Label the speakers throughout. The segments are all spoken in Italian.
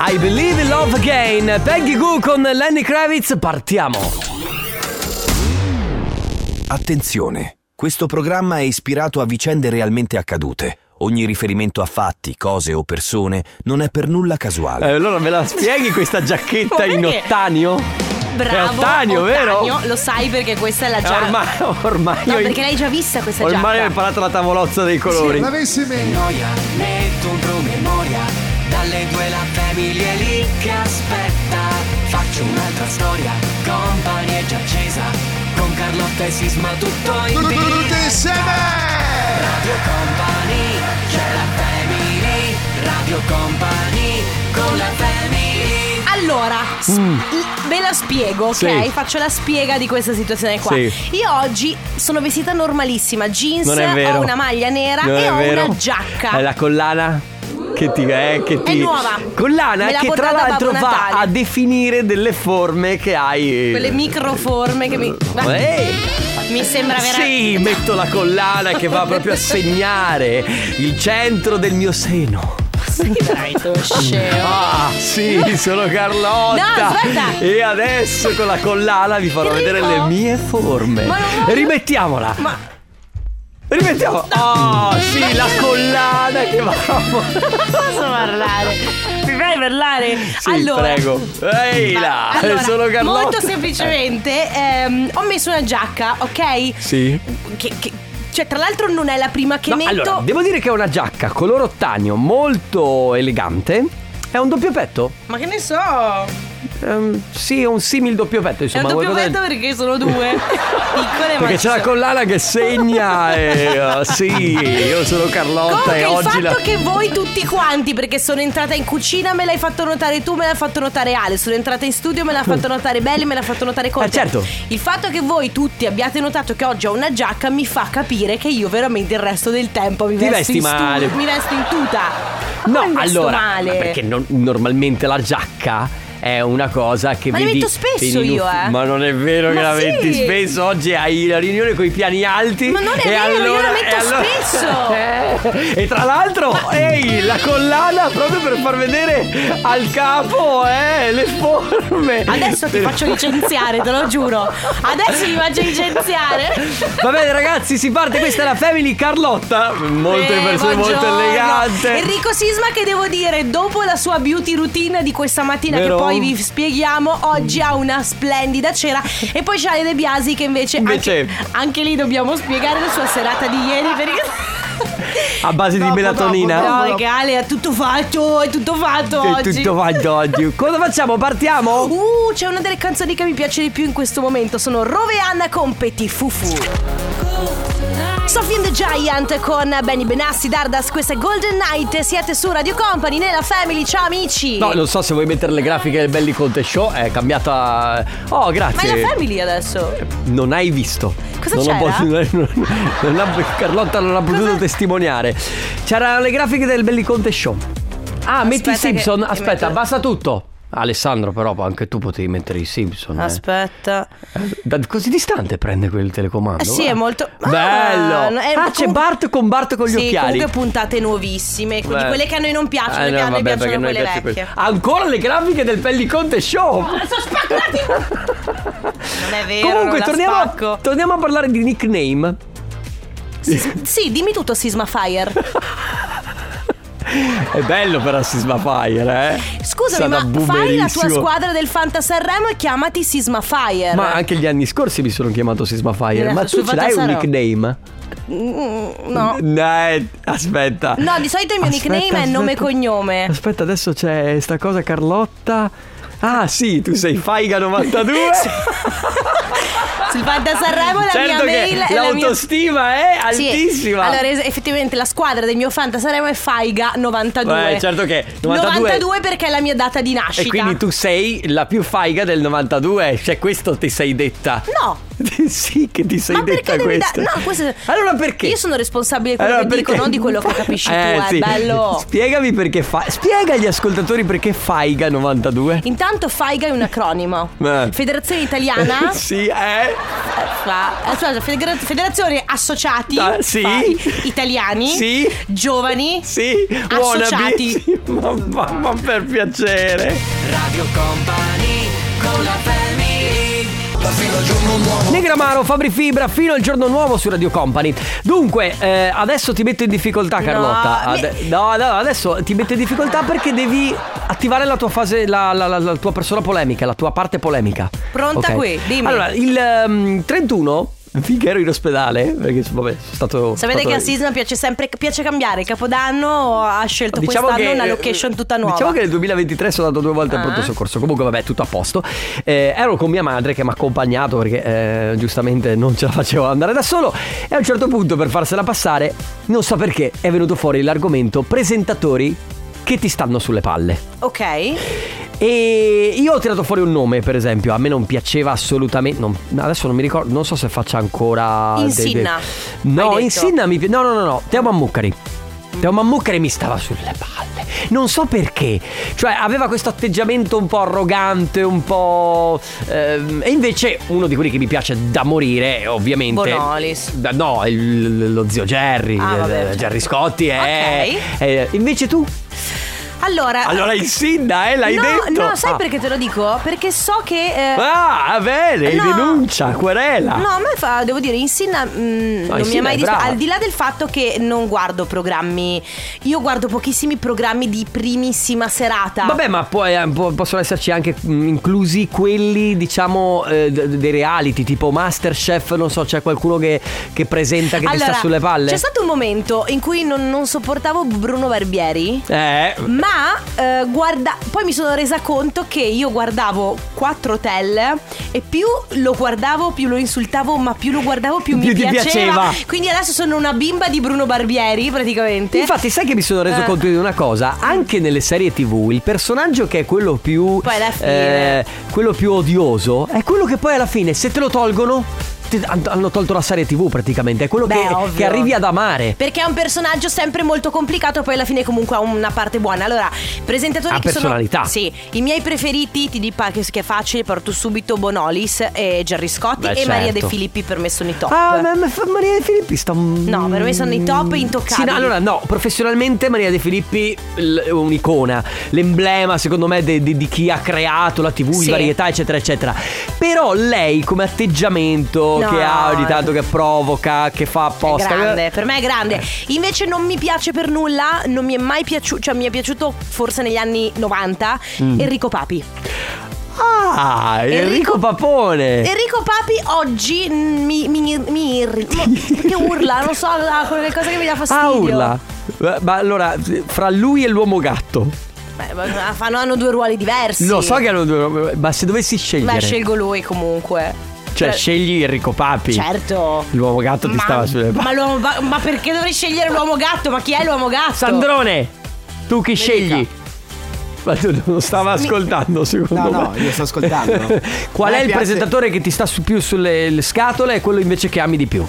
Speaker 1: I Believe in Love Again, Peggy Goo con Lenny Kravitz, partiamo!
Speaker 2: Attenzione, questo programma è ispirato a vicende realmente accadute. Ogni riferimento a fatti, cose o persone non è per nulla
Speaker 1: Eh,
Speaker 2: casuale.
Speaker 1: allora me la spieghi questa giacchetta in
Speaker 3: Perché?
Speaker 1: ottanio?
Speaker 3: Bravo.
Speaker 1: È ottanio, vero?
Speaker 3: Ottanio, Lo sai perché questa è la giacca.
Speaker 1: Ormai, ormai
Speaker 3: Cioè, No,
Speaker 1: ho-
Speaker 3: perché l'hai già vista questa
Speaker 1: Ormai ho
Speaker 3: giacca.
Speaker 1: imparato la tavolozza dei colori.
Speaker 4: L'avessi meno.
Speaker 5: noia, metto un promemoria. Dalle due la famiglia è lì che aspetta. Faccio un'altra storia, company è già accesa. Con Carlotta e Sisma tutto in
Speaker 4: Tutti
Speaker 5: diretta.
Speaker 4: tutti insieme!
Speaker 5: Radio Company, c'è la family. Radio Company, con la family.
Speaker 3: Allora, s- l- ve la spiego, ok?
Speaker 1: Mm. Sì.
Speaker 3: Faccio la spiega di questa situazione qua.
Speaker 1: Sì.
Speaker 3: Io oggi sono vestita normalissima, jeans,
Speaker 1: Non è vero.
Speaker 3: ho una maglia nera
Speaker 1: Non
Speaker 3: e
Speaker 1: è
Speaker 3: ho
Speaker 1: vero.
Speaker 3: una giacca.
Speaker 1: È la collana. Che ti, eh, che ti...
Speaker 3: nuova.
Speaker 1: Collana
Speaker 3: Me l'ha
Speaker 1: che tra
Speaker 3: portata
Speaker 1: l'altro
Speaker 3: Babbo
Speaker 1: va
Speaker 3: Natale.
Speaker 1: a definire delle forme che hai.
Speaker 3: Quelle microforme che mi... Ma-
Speaker 1: Eh,
Speaker 3: Mi sembra veramente...
Speaker 1: sì, metto la collana che va proprio a segnare il centro del mio seno.
Speaker 3: Sì, veramente uno scemo.
Speaker 1: Ah, sì, sono Carlotta.
Speaker 3: No, aspetta.
Speaker 1: E adesso con la collana vi farò
Speaker 3: Enrico.
Speaker 1: vedere le mie forme.
Speaker 3: Ma non voglio-
Speaker 1: Rimettiamola.
Speaker 3: Ma-
Speaker 1: Rimettiamola. Oh, sì, la collana che va.
Speaker 3: Posso parlare? Mi fai parlare?
Speaker 1: Sì,
Speaker 3: allora,
Speaker 1: prego. Ehi
Speaker 3: Ma-
Speaker 1: là,
Speaker 3: allora,
Speaker 1: sono Ah, Carlotta.
Speaker 3: Molto semplicemente ehm, ho messo una giacca, ok?
Speaker 1: Sì.
Speaker 3: Che, che- cioè, tra l'altro non è la prima che
Speaker 1: No,
Speaker 3: metto.
Speaker 1: allora, devo dire che è una giacca color ottanio molto elegante. È un doppio petto?
Speaker 3: Ma che ne so? cioè, È
Speaker 1: Ehm, sì, è un simil doppio petto,
Speaker 3: un
Speaker 1: insomma.
Speaker 3: doppio
Speaker 1: qualcosa del-
Speaker 3: petto perché sono due. Piccole ma
Speaker 1: Perché c'è la
Speaker 3: ci sono.
Speaker 1: collana che segna e uh, sì, io sono Carlotta
Speaker 3: Comunque
Speaker 1: e
Speaker 3: il
Speaker 1: oggi
Speaker 3: fatto
Speaker 1: la
Speaker 3: che voi tutti quanti, perché sono entrata in cucina, me l'hai fatto notare tu, me l'ha fatto notare Ale, sono entrata in studio, me l'ha fatto notare Belli, me l'ha fatto notare Conte.
Speaker 1: Eh, certo.
Speaker 3: Il fatto che voi tutti abbiate notato che oggi ho una giacca mi fa capire che io veramente il resto del tempo mi
Speaker 1: Ti
Speaker 3: vesto
Speaker 1: vesti
Speaker 3: in studio,
Speaker 1: male.
Speaker 3: mi vesto in tuta. Ma
Speaker 1: No,
Speaker 3: come mi vesto
Speaker 1: allora,
Speaker 3: male?
Speaker 1: ma perché non- normalmente la giacca è una cosa che
Speaker 3: Ma la
Speaker 1: vedi
Speaker 3: metto spesso
Speaker 1: vedi in
Speaker 3: io,
Speaker 1: uff-
Speaker 3: eh.
Speaker 1: Ma non è vero che
Speaker 3: Ma
Speaker 1: la
Speaker 3: sì.
Speaker 1: metti spesso. Oggi hai la riunione con i piani alti.
Speaker 3: Ma non è
Speaker 1: e
Speaker 3: vero, io la
Speaker 1: allora-
Speaker 3: metto
Speaker 1: e allora-
Speaker 3: spesso.
Speaker 1: Eh, e tra l'altro, ehi, la collana proprio per far vedere al capo, eh, le forme.
Speaker 3: Adesso ti
Speaker 1: Per-
Speaker 3: faccio licenziare, te lo giuro. Adesso ti faccio licenziare.
Speaker 1: Va bene ragazzi, si parte, questa è la Family Carlotta. Molte
Speaker 3: Eh,
Speaker 1: persone molto
Speaker 3: buongiorno.
Speaker 1: elegante.
Speaker 3: Enrico Sisma che devo dire, dopo la sua beauty routine di questa mattina
Speaker 1: Vero?
Speaker 3: che poi vi spieghiamo, oggi ha una splendida cena e poi c'è Ale De Biasi che invece,
Speaker 1: Invece-
Speaker 3: Anche, anche lì dobbiamo spiegare la sua serata di ieri perché
Speaker 1: A base di
Speaker 4: Dopo,
Speaker 1: melatonina.
Speaker 4: dopo,
Speaker 3: No, perché Ale ha tutto fatto, è tutto fatto
Speaker 1: È
Speaker 3: oggi.
Speaker 1: tutto fatto oggi. Cosa facciamo? Partiamo?
Speaker 3: Uh, c'è una delle canzoni che mi piace di più in questo momento. Sono Rove e Anna con Petit Fufu. Sophie and the Giant con Benny Benassi, Dardas, questa è Golden Night. Siete su Radio Company, nella Family. Ciao amici.
Speaker 1: No, non so se vuoi mettere le grafiche del Belli Conte Show. È cambiata. Oh,
Speaker 3: Ma
Speaker 1: grazie.
Speaker 3: è la Family adesso.
Speaker 1: Eh, Non hai visto.
Speaker 3: Cosa
Speaker 1: non ho
Speaker 3: c'era?
Speaker 1: potuto- non- non ha- Carlotta non ha potuto
Speaker 3: Cosa-
Speaker 1: testimoniare. C'erano le grafiche del Belli Conte Show. Ah, metti i
Speaker 3: Aspetta
Speaker 1: Simpson.
Speaker 3: che-
Speaker 1: Aspetta,
Speaker 3: metto-
Speaker 1: basta tutto. Alessandro, però, anche tu potevi mettere i Simpson. eh.
Speaker 3: Aspetta.
Speaker 1: Da così distante prende quel telecomando.
Speaker 3: Eh sì,
Speaker 1: guarda.
Speaker 3: è molto- Ah,
Speaker 1: Bello.
Speaker 3: no, è-
Speaker 1: ah, c'è
Speaker 3: comunque-
Speaker 1: Bart con Bart con gli
Speaker 3: sì,
Speaker 1: occhiali.
Speaker 3: comunque puntate nuovissime, quindi
Speaker 1: Beh.
Speaker 3: quelle che a noi non piacciono,
Speaker 1: Eh,
Speaker 3: perché
Speaker 1: no,
Speaker 3: a noi
Speaker 1: vabbè, perché
Speaker 3: piacciono
Speaker 1: noi
Speaker 3: quelle
Speaker 1: piace
Speaker 3: vecchie. Ah,
Speaker 1: quelle- Ancora le grafiche del Pelliconte Show.
Speaker 3: Sono spaccati! non è vero,
Speaker 1: Comunque,
Speaker 3: non la
Speaker 1: torniamo a,
Speaker 3: spacco.
Speaker 1: torniamo a parlare di nickname.
Speaker 3: Sì, dimmi tutto Sisma Fire.
Speaker 1: È bello però Sisma Fire, eh. Sarà
Speaker 3: Scusami, ma fai la tua
Speaker 1: boomerissimo.
Speaker 3: squadra del Fanta Sanremo e chiamati Sisma Fire.
Speaker 1: Ma anche gli anni scorsi mi sono chiamato Sisma Fire.
Speaker 3: Eh,
Speaker 1: Ma
Speaker 3: sul
Speaker 1: tu ce l'hai un
Speaker 3: Vatasaro.
Speaker 1: nickname?
Speaker 3: Mm, No.
Speaker 1: Dai, aspetta.
Speaker 3: No, di solito il mio
Speaker 1: Aspetta,
Speaker 3: nickname è nome e
Speaker 1: aspetta.
Speaker 3: cognome.
Speaker 1: Aspetta, adesso c'è sta cosa Carlotta. Ah, sì, tu sei Faiga 92.
Speaker 3: Sul Fanta Sanremo la
Speaker 1: certo
Speaker 3: mia
Speaker 1: che
Speaker 3: mail è la mia
Speaker 1: l'autostima è
Speaker 3: Sì.
Speaker 1: altissima.
Speaker 3: Allora, es- effettivamente la squadra del mio Fanta Sanremo è Faiga 92.
Speaker 1: Beh, certo che 92.
Speaker 3: 92 perché è la mia data di nascita.
Speaker 1: E quindi tu sei la più faiga del 92, cioè questo ti sei detta.
Speaker 3: No,
Speaker 1: sì, che ti sei
Speaker 3: Ma perché
Speaker 1: detta
Speaker 3: devi
Speaker 1: questa.
Speaker 3: dare- no, questo-
Speaker 1: Allora perché?
Speaker 3: Io sono responsabile di quello
Speaker 1: Allora,
Speaker 3: che dico,
Speaker 1: perché?
Speaker 3: non di quello che capisci
Speaker 1: Eh,
Speaker 3: tu, eh,
Speaker 1: sì.
Speaker 3: bello.
Speaker 1: Spiegami perché fa. Spiega agli ascoltatori perché Faiga 92.
Speaker 3: Intanto FAIGA è un acronimo.
Speaker 1: Eh.
Speaker 3: Federazione Italiana
Speaker 1: sì, eh.
Speaker 3: fa, eh, scusa, Federa- Federazione Associati
Speaker 1: Ah, sì.
Speaker 3: Fai- Italiani
Speaker 1: Sì.
Speaker 3: Giovani
Speaker 1: Sì, wannabe.
Speaker 3: Associati.
Speaker 1: Sì, ma, ma- ma per piacere.
Speaker 5: Radio Company con la family
Speaker 1: Negramaro, Fabri Fibra, fino al giorno nuovo su Radio Company. Dunque, eh, adesso ti metto in difficoltà, Carlotta.
Speaker 3: mi-
Speaker 1: Ade- no, no, adesso ti metto in difficoltà perché devi attivare la tua fase, la, la- la- la tua persona polemica, la tua parte polemica.
Speaker 3: Pronta
Speaker 1: Ok?
Speaker 3: qui, dimmi.
Speaker 1: Allora, il ehm, 31. Finché ero in ospedale, perché vabbè, sono stato.
Speaker 3: Sapete
Speaker 1: stato-
Speaker 3: che a Sisma piace sempre piace cambiare. Capodanno ha scelto quest'anno una location tutta nuova.
Speaker 1: eh, Diciamo che nel 2023 sono andato due volte al
Speaker 3: Ah.
Speaker 1: pronto soccorso. Comunque, vabbè, tutto a posto. Eh, ero con mia madre che mi ha accompagnato perché eh, giustamente non ce la facevo andare da solo. E a un certo punto, per farsela passare, non so perché, è venuto fuori l'argomento presentatori che ti stanno sulle palle.
Speaker 3: Ok.
Speaker 1: E io ho tirato fuori un nome, per esempio. A me non piaceva assolutamente. non- adesso non mi ricordo, non so se faccia ancora. dei-
Speaker 3: Insinna,
Speaker 1: dei-
Speaker 3: hai
Speaker 1: No,
Speaker 3: detto.
Speaker 1: Insinna mi pi- No, no, no, no. Teo Mammucari. Teo Mammucari mi stava sulle palle. Non so perché. Cioè, aveva questo atteggiamento un po' arrogante, un po'. ehm, e invece uno di quelli che mi piace da morire, ovviamente.
Speaker 3: Bonolis.
Speaker 1: Da- No, il- lo zio Jerry.
Speaker 3: Ah,
Speaker 1: eh,
Speaker 3: vabbè, certo.
Speaker 1: Jerry Scotti. Eh,
Speaker 3: Ok.
Speaker 1: eh, invece tu.
Speaker 3: Allora.
Speaker 1: Allora, Insinna, eh, l'hai
Speaker 3: no,
Speaker 1: detto.
Speaker 3: No, sai
Speaker 1: Ah.
Speaker 3: perché te lo dico? Perché so che. eh,
Speaker 1: Ah, va bene,
Speaker 3: No.
Speaker 1: denuncia, querela.
Speaker 3: No, a me fa, devo dire, Insinna mh, non mi
Speaker 1: Insinna
Speaker 3: è mai
Speaker 1: è
Speaker 3: dispi-
Speaker 1: brava.
Speaker 3: Al di là del fatto che non guardo programmi, io guardo pochissimi programmi di primissima serata.
Speaker 1: Vabbè, ma poi eh, po- possono esserci anche mm, inclusi quelli, diciamo, eh, d- dei reality, tipo Masterchef, non so, c'è qualcuno che, che presenta che ti sta sulle palle?
Speaker 3: C'è stato un momento in cui non, non sopportavo Bruno Barbieri.
Speaker 1: Eh,
Speaker 3: Ma eh, guarda, poi mi sono resa conto che io guardavo quattro hotel e più lo guardavo, più lo insultavo, ma più lo guardavo, più, mi
Speaker 1: Più ti piaceva.
Speaker 3: Quindi adesso sono una bimba di Bruno Barbieri, praticamente.
Speaker 1: infatti sai che mi sono reso
Speaker 3: Eh.
Speaker 1: conto di una cosa, anche nelle serie tv il personaggio che è quello più...
Speaker 3: Poi alla fine.
Speaker 1: eh, quello più odioso è quello che poi alla fine se te lo tolgono... ti- han- hanno tolto la serie tv praticamente, è quello
Speaker 3: Beh,
Speaker 1: che-
Speaker 3: ovvio.
Speaker 1: che arrivi ad amare.
Speaker 3: Perché è un personaggio sempre molto complicato, poi alla fine comunque ha una parte buona. Allora, presentatori
Speaker 1: Ha
Speaker 3: che
Speaker 1: personalità.
Speaker 3: sono Sì, i miei preferiti, ti dico che, che è facile, porto subito Bonolis e Gerry Scotti
Speaker 1: Beh,
Speaker 3: e Maria
Speaker 1: certo.
Speaker 3: De Filippi per me sono i top.
Speaker 1: Ah, ma, ma fa- Maria De Filippi sta un... Mm.
Speaker 3: No, per me sono i top intoccabili.
Speaker 1: Sì, no, allora no, professionalmente Maria De Filippi l- è un'icona, l'emblema secondo me de- de- di chi ha creato la TV,
Speaker 3: Sì.
Speaker 1: i varietà, eccetera, eccetera. Però lei come atteggiamento
Speaker 3: No. eh.
Speaker 1: che ha ogni tanto che provoca, che fa
Speaker 3: È
Speaker 1: apposta. eh,
Speaker 3: grande, per me è grande. Invece non mi piace per nulla, non mi è mai piaciuto, cioè mi è piaciuto forse negli anni 90 Enrico Papi.
Speaker 1: Ah, Mm. Enrico, Papone.
Speaker 3: Enrico Papi oggi mi, mi, mi irri- mo- Che urla, non so, ha qualcosa che mi dà fastidio.
Speaker 1: ah, urla. Eh, Ma allora, fra lui e l'uomo gatto.
Speaker 3: Beh, ma fanno, hanno due ruoli diversi.
Speaker 1: Lo so che hanno due- Ma se dovessi scegliere.
Speaker 3: Beh, scelgo lui comunque.
Speaker 1: cioè,
Speaker 3: Cioè-
Speaker 1: scegli Enrico Papi.
Speaker 3: Certo.
Speaker 1: L'uomo gatto ti stava sulle palle.
Speaker 3: ma, l'uomo ba- ma perché dovrei scegliere l'uomo gatto? Ma chi è l'uomo gatto?
Speaker 1: Sandrone, tu chi scegli? Ma tu non stava ascoltando, secondo
Speaker 4: No, no,
Speaker 1: me.
Speaker 4: io sto ascoltando.
Speaker 1: Qual
Speaker 4: A me
Speaker 1: è il
Speaker 4: piace-
Speaker 1: presentatore che ti sta su- più sulle le scatole e quello invece che ami di più?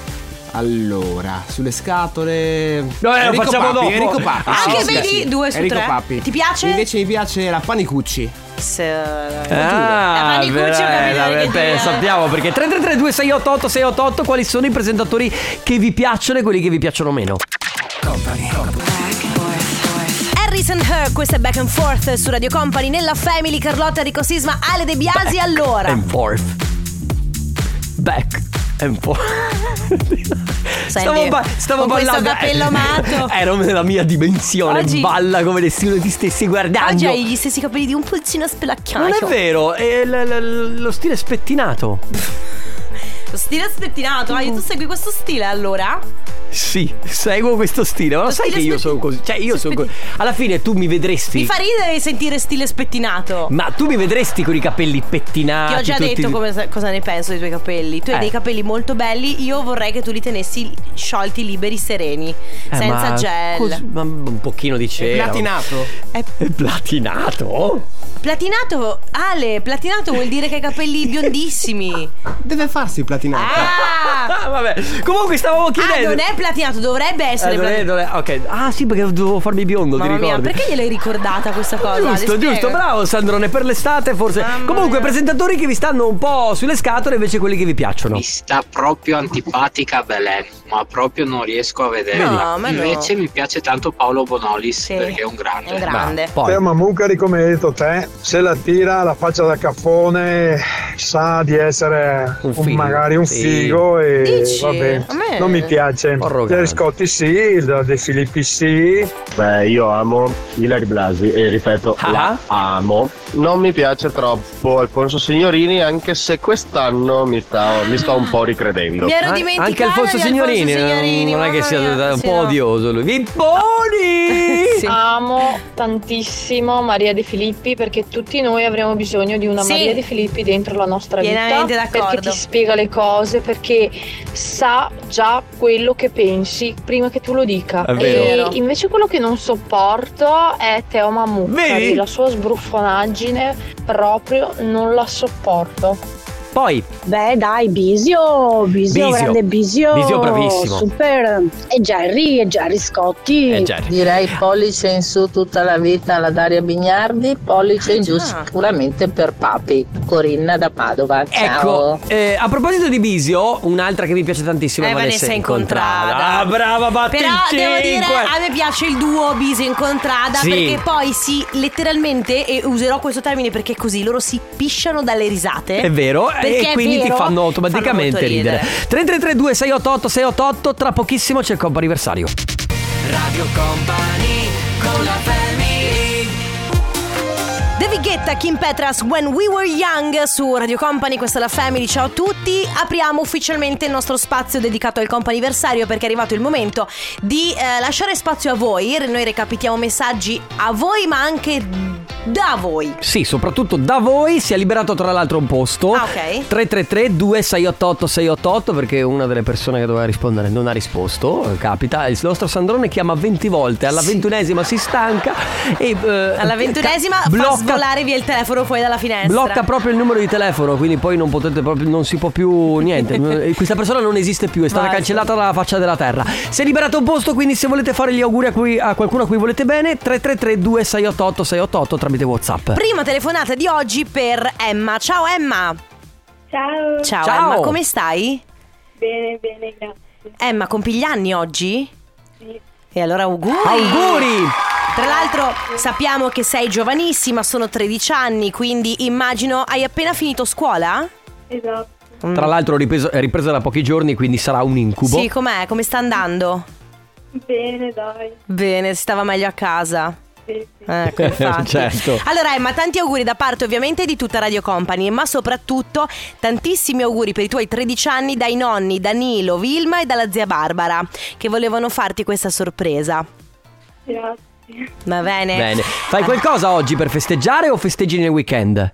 Speaker 4: Allora, sulle scatole.
Speaker 1: No, eh, lo
Speaker 4: Enrico
Speaker 1: facciamo
Speaker 4: Papi,
Speaker 1: dopo.
Speaker 4: Enrico Papi.
Speaker 3: Ah,
Speaker 4: sì,
Speaker 3: che
Speaker 4: sì,
Speaker 3: vedi?
Speaker 4: sì.
Speaker 3: Due su
Speaker 4: Enrico
Speaker 3: tre.
Speaker 4: Papi.
Speaker 3: Ti piace?
Speaker 4: Invece mi piace la Panicucci.
Speaker 3: eh, Se-
Speaker 1: Ah,
Speaker 3: La Panicucci
Speaker 1: beh,
Speaker 3: ho capito
Speaker 1: la-
Speaker 3: perché
Speaker 1: beh,
Speaker 3: ti-
Speaker 1: sappiamo perché 333 2688 688 quali sono i presentatori che vi piacciono e quelli che vi piacciono meno?
Speaker 3: Harrison Her, questo è Back and Forth su Radio Company, nella Family, Carlotta, Enrico Sisma, Ale De Biasi, allora.
Speaker 1: And forth. Back and forth. stavo ba- stavo
Speaker 3: con questo
Speaker 1: ballando. Eh,
Speaker 3: capello matto.
Speaker 1: Ero nella mia dimensione.
Speaker 3: Oggi-
Speaker 1: Balla come nessuno ti stesse guardando.
Speaker 3: Oggi hai gli stessi capelli di un pulcino spelacchiato.
Speaker 1: Non è vero, è l- l- lo stile spettinato.
Speaker 3: Lo Stile spettinato, ma tu segui questo stile allora?
Speaker 1: Sì, seguo questo stile, ma lo sai
Speaker 3: stile
Speaker 1: che io
Speaker 3: spetti-
Speaker 1: sono così. Cioè, io sono così. Alla fine tu mi vedresti.
Speaker 3: Mi fa ridere sentire stile spettinato.
Speaker 1: Ma tu mi vedresti con i capelli pettinati.
Speaker 3: Ti ho già
Speaker 1: tutti-
Speaker 3: detto come- cosa ne penso dei tuoi capelli. Tu hai
Speaker 1: Eh.
Speaker 3: dei capelli molto belli, io vorrei che tu li tenessi sciolti, liberi, sereni,
Speaker 1: Eh,
Speaker 3: senza
Speaker 1: ma
Speaker 3: gel.
Speaker 1: cos- ma un pochino di cera.
Speaker 4: Platinato.
Speaker 3: È
Speaker 1: È platinato?
Speaker 3: platinato, Ale, platinato vuol dire che hai capelli biondissimi.
Speaker 4: Deve farsi platinata.
Speaker 3: Ah!
Speaker 1: Ah, vabbè. Comunque stavamo
Speaker 3: Ah,
Speaker 1: chiedendo.
Speaker 3: non è platinato, dovrebbe essere
Speaker 1: Eh, non è-
Speaker 3: platinato.
Speaker 1: non è- ok. Ah, sì, perché dovevo farmi biondo,
Speaker 3: Mamma
Speaker 1: ti
Speaker 3: mia,
Speaker 1: ricordi?
Speaker 3: perché gliel'hai ricordata questa cosa? Ale?
Speaker 1: Ah, Giusto,
Speaker 3: Spiega.
Speaker 1: giusto, bravo Sandrone, per l'estate forse.
Speaker 3: Mamma
Speaker 1: Comunque,
Speaker 3: mia.
Speaker 1: presentatori che vi stanno un po' sulle scatole, invece quelli che vi piacciono.
Speaker 6: Mi sta proprio antipatica Belen, ma proprio non riesco a vederla.
Speaker 3: No, ma no.
Speaker 6: Invece mi piace tanto Paolo Bonolis
Speaker 3: Sì.
Speaker 6: perché è un grande.
Speaker 3: È un grande.
Speaker 1: Ma poi.
Speaker 7: Tema Mucari, come hai detto te, se la tira la faccia da caffone sa di essere
Speaker 1: Un
Speaker 7: un
Speaker 1: figo,
Speaker 7: magari un
Speaker 1: sì.
Speaker 7: figo e
Speaker 3: Dici?
Speaker 7: vabbè,
Speaker 3: A me-
Speaker 7: non mi piace.
Speaker 1: Arrogante.
Speaker 7: Jerry Scotti sì, la De Filippi sì,
Speaker 8: Beh, io amo Hilary Blasi e ripeto,
Speaker 1: Ah.
Speaker 8: la amo. Non mi piace troppo Alfonso Signorini, anche se quest'anno mi, sta- mi sto un po' ricredendo.
Speaker 3: Mi ero
Speaker 1: An-
Speaker 3: dimenticata
Speaker 1: Anche Alfonso
Speaker 3: di
Speaker 1: Signorini, non-
Speaker 3: Signorini,
Speaker 1: non è che
Speaker 3: mamma
Speaker 1: sia
Speaker 3: mia,
Speaker 1: un
Speaker 3: sì,
Speaker 1: po'
Speaker 3: no.
Speaker 1: odioso lui. Vimponi!
Speaker 3: Sì.
Speaker 9: Amo tantissimo Maria De Filippi perché tutti noi avremo bisogno di una
Speaker 3: Sì.
Speaker 9: Maria De Filippi dentro la nostra
Speaker 3: Pienamente
Speaker 9: vita perché
Speaker 3: d'accordo.
Speaker 9: ti spiega le cose, perché sa già quello che pensi prima che tu lo dica.
Speaker 1: È
Speaker 3: vero.
Speaker 9: E invece quello che non sopporto è Teo
Speaker 1: Vedi?
Speaker 9: Mammucari, la sua sbruffonaggine proprio non la sopporto.
Speaker 1: Poi,
Speaker 10: Beh, dai, Bisio, Bisio,
Speaker 1: Bisio.
Speaker 10: grande Bisio.
Speaker 1: Bisio bravissimo.
Speaker 10: Super. E Jerry, e Jerry Scotti.
Speaker 1: eh, Jerry.
Speaker 11: Direi pollice in su tutta la vita alla Daria Bignardi, pollice in giù
Speaker 3: Ah.
Speaker 11: sicuramente per Papi. Corinna da Padova.
Speaker 1: Ecco,
Speaker 11: Ciao.
Speaker 1: eh, a proposito di Bisio, un'altra che mi piace tantissimo è
Speaker 3: Eh,
Speaker 1: Vanessa,
Speaker 3: Vanessa
Speaker 1: incontrata.
Speaker 3: Incontrada.
Speaker 1: Ah, brava Battici!
Speaker 3: Però devo dire, a me piace il duo Bisio Incontrada
Speaker 1: Sì.
Speaker 3: perché poi si letteralmente, e userò questo termine perché così loro si pisciano dalle risate.
Speaker 1: È vero,
Speaker 3: Eh, Perché
Speaker 1: e
Speaker 3: è
Speaker 1: quindi ti
Speaker 3: vero,
Speaker 1: fanno automaticamente
Speaker 3: fanno molto
Speaker 1: ridere. 3332 688 688 tra pochissimo c'è il compo anniversario.
Speaker 5: Radio Company con la family
Speaker 3: David Guetta, Kim Petras, When We Were Young su Radio Company, questa è la Family, ciao a tutti. Apriamo ufficialmente il nostro spazio dedicato al comp'anniversario perché è arrivato il momento di eh, lasciare spazio a voi. Noi recapitiamo messaggi a voi ma anche da voi.
Speaker 1: Sì, soprattutto da voi si è liberato tra l'altro un posto.
Speaker 3: Ah, ok.
Speaker 1: 333 2688 688 perché una delle persone che doveva rispondere non ha risposto, eh, capita. Il nostro Sandrone chiama 20 volte, alla ventunesima si stanca e eh,
Speaker 3: Alla ventunesima fa
Speaker 1: blocca
Speaker 3: svolare via il telefono fuori dalla finestra.
Speaker 1: Blocca proprio il numero di telefono, quindi poi non potete proprio, non si può più niente. Eh, Questa persona non esiste più, è stata
Speaker 3: Basta.
Speaker 1: cancellata dalla faccia della terra. Si è liberato un posto, quindi se volete fare gli auguri a, cui- a qualcuno a cui volete bene, 333 2688 688 tramite WhatsApp.
Speaker 3: Prima telefonata di oggi per Emma. Ciao Emma.
Speaker 10: Ciao.
Speaker 3: Ciao,
Speaker 1: Ciao.
Speaker 3: Emma, come stai?
Speaker 10: Bene, bene, grazie.
Speaker 3: Emma, compi gli anni oggi? E allora auguri.
Speaker 1: Auguri!
Speaker 3: Tra l'altro sappiamo che sei giovanissima, sono 13 anni, quindi immagino hai appena finito scuola?
Speaker 10: Esatto.
Speaker 1: Tra l'altro ripreso- è ripresa da pochi giorni, quindi sarà un incubo.
Speaker 3: Sì, com'è? Come sta andando?
Speaker 10: Bene, dai.
Speaker 3: Bene, si stava meglio a casa. Ecco, infatti.
Speaker 1: Certo.
Speaker 3: Allora Emma, tanti auguri da parte ovviamente di tutta Radio Company, ma soprattutto tantissimi auguri per i tuoi 13 anni dai nonni Danilo, Vilma e dalla zia Barbara, che volevano farti questa sorpresa.
Speaker 10: Grazie.
Speaker 3: Va bene?
Speaker 1: Bene.
Speaker 3: Ah.
Speaker 1: Fai qualcosa oggi per festeggiare o festeggi nel weekend?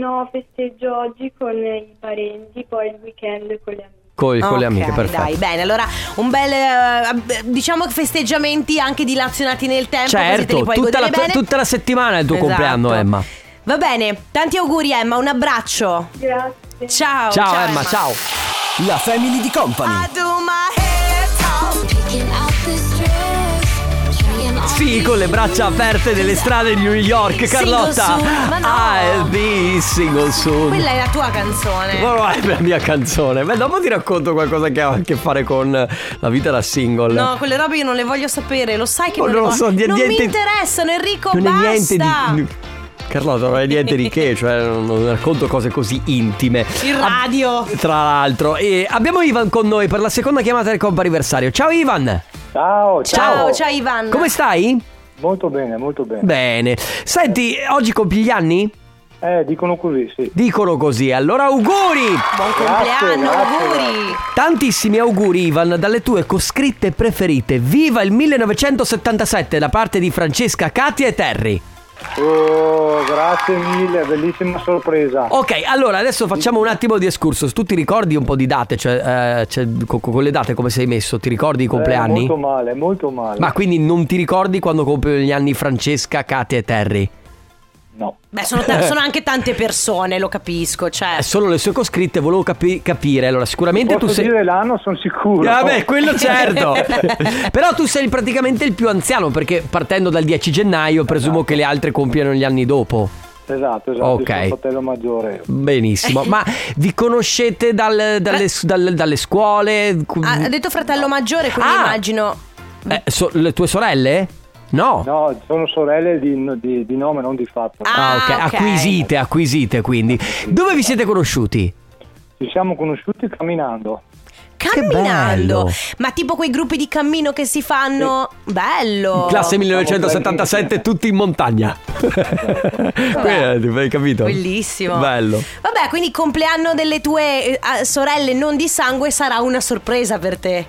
Speaker 10: no, festeggio oggi con i parenti, poi il weekend con le amiche.
Speaker 1: Col- con le
Speaker 3: Ok,
Speaker 1: amiche, perfetto.
Speaker 3: Dai, bene, allora un bel eh, diciamo che festeggiamenti anche dilazionati nel tempo, così te
Speaker 1: Certo,
Speaker 3: li puoi
Speaker 1: tutta la,
Speaker 3: godere bene.
Speaker 1: tutta la settimana è il tuo
Speaker 3: Esatto.
Speaker 1: compleanno, Emma.
Speaker 3: Va bene, tanti auguri Emma, un abbraccio.
Speaker 10: Grazie.
Speaker 3: Ciao.
Speaker 1: Ciao, Emma, ciao.
Speaker 2: La Family di Company.
Speaker 3: I do my hair talk.
Speaker 1: Sì, con le braccia aperte nelle strade di New York, Carlotta. Ah,
Speaker 3: Single soon, ma no.
Speaker 1: I'll be single soon.
Speaker 3: Quella è la tua canzone.
Speaker 1: Ma no, è la mia canzone. Beh, dopo ti racconto qualcosa che ha a che fare con la vita da single.
Speaker 3: No, quelle robe io non le voglio sapere, lo sai che
Speaker 1: Oh,
Speaker 3: non,
Speaker 1: non
Speaker 3: le
Speaker 1: lo
Speaker 3: voglio-
Speaker 1: so, di-
Speaker 3: non
Speaker 1: niente-
Speaker 3: mi interessano, Enrico,
Speaker 1: non
Speaker 3: basta.
Speaker 1: è niente di. Carlotta, non è niente di che, cioè non, non racconto cose così intime.
Speaker 3: Il
Speaker 1: Ah,
Speaker 3: radio.
Speaker 1: Tra l'altro, e abbiamo Ivan con noi per la seconda chiamata del compa anniversario. Ciao Ivan!
Speaker 12: Ah, oh,
Speaker 8: Ciao,
Speaker 3: Ciao, ciao Ivan.
Speaker 1: Come stai?
Speaker 8: molto bene, molto bene.
Speaker 1: Bene. Senti, oggi compi gli anni?
Speaker 8: Eh, dicono così, sì.
Speaker 1: Dicono così, allora auguri!
Speaker 3: Buon
Speaker 8: Grazie,
Speaker 3: compleanno,
Speaker 8: grazie.
Speaker 3: auguri.
Speaker 1: Tantissimi auguri Ivan dalle tue coscritte preferite. Viva il 1977 da parte di Francesca, Katia e Terry.
Speaker 8: Oh, grazie mille, bellissima sorpresa.
Speaker 3: Oh.
Speaker 12: Eh,
Speaker 1: Ok, allora adesso facciamo un attimo di escursus. Tu ti ricordi un po' di date, cioè, eh, cioè, co- co- con le date come sei messo? Ti
Speaker 12: Eh,
Speaker 1: ricordi i compleanni?
Speaker 8: molto male, molto male.
Speaker 1: Ma quindi non ti ricordi quando compiono gli anni Francesca, Katia e Terry?
Speaker 12: No.
Speaker 3: Beh, sono,
Speaker 1: Eh.
Speaker 3: ta- sono anche tante persone, lo capisco, cioè.
Speaker 1: È Eh, solo le sue coscritte, volevo capi- capire. Allora, sicuramente
Speaker 12: Posso
Speaker 1: tu sei. Ah,
Speaker 12: dire l'anno, sono sicuro.
Speaker 1: Vabbè, quello certo. Però tu sei praticamente il più anziano perché partendo dal 10 gennaio presumo che le altre compiano gli anni dopo.
Speaker 12: Esatto, esatto,
Speaker 1: Ok.
Speaker 12: sono fratello maggiore.
Speaker 1: Benissimo, ma vi conoscete dal- dalle, dalle- dalle scuole?
Speaker 3: Ha ha detto fratello maggiore, quindi
Speaker 1: Ah.
Speaker 3: immagino.
Speaker 1: Eh, so- le tue sorelle? No.
Speaker 12: No, sono sorelle di, di- di nome, non di fatto.
Speaker 1: Ah, ok. Acquisite, acquisite quindi. Dove vi siete conosciuti?
Speaker 12: Ci siamo conosciuti camminando.
Speaker 3: Camminando.
Speaker 1: bello. Eh.
Speaker 3: Ma tipo quei gruppi di cammino che si fanno. Bello.
Speaker 1: Classe 1977, tutti in montagna. Quello, Hai capito?
Speaker 3: Bellissimo.
Speaker 1: Bello.
Speaker 3: Vabbè, quindi il compleanno delle tue eh, ah, sorelle non di sangue sarà una sorpresa per te.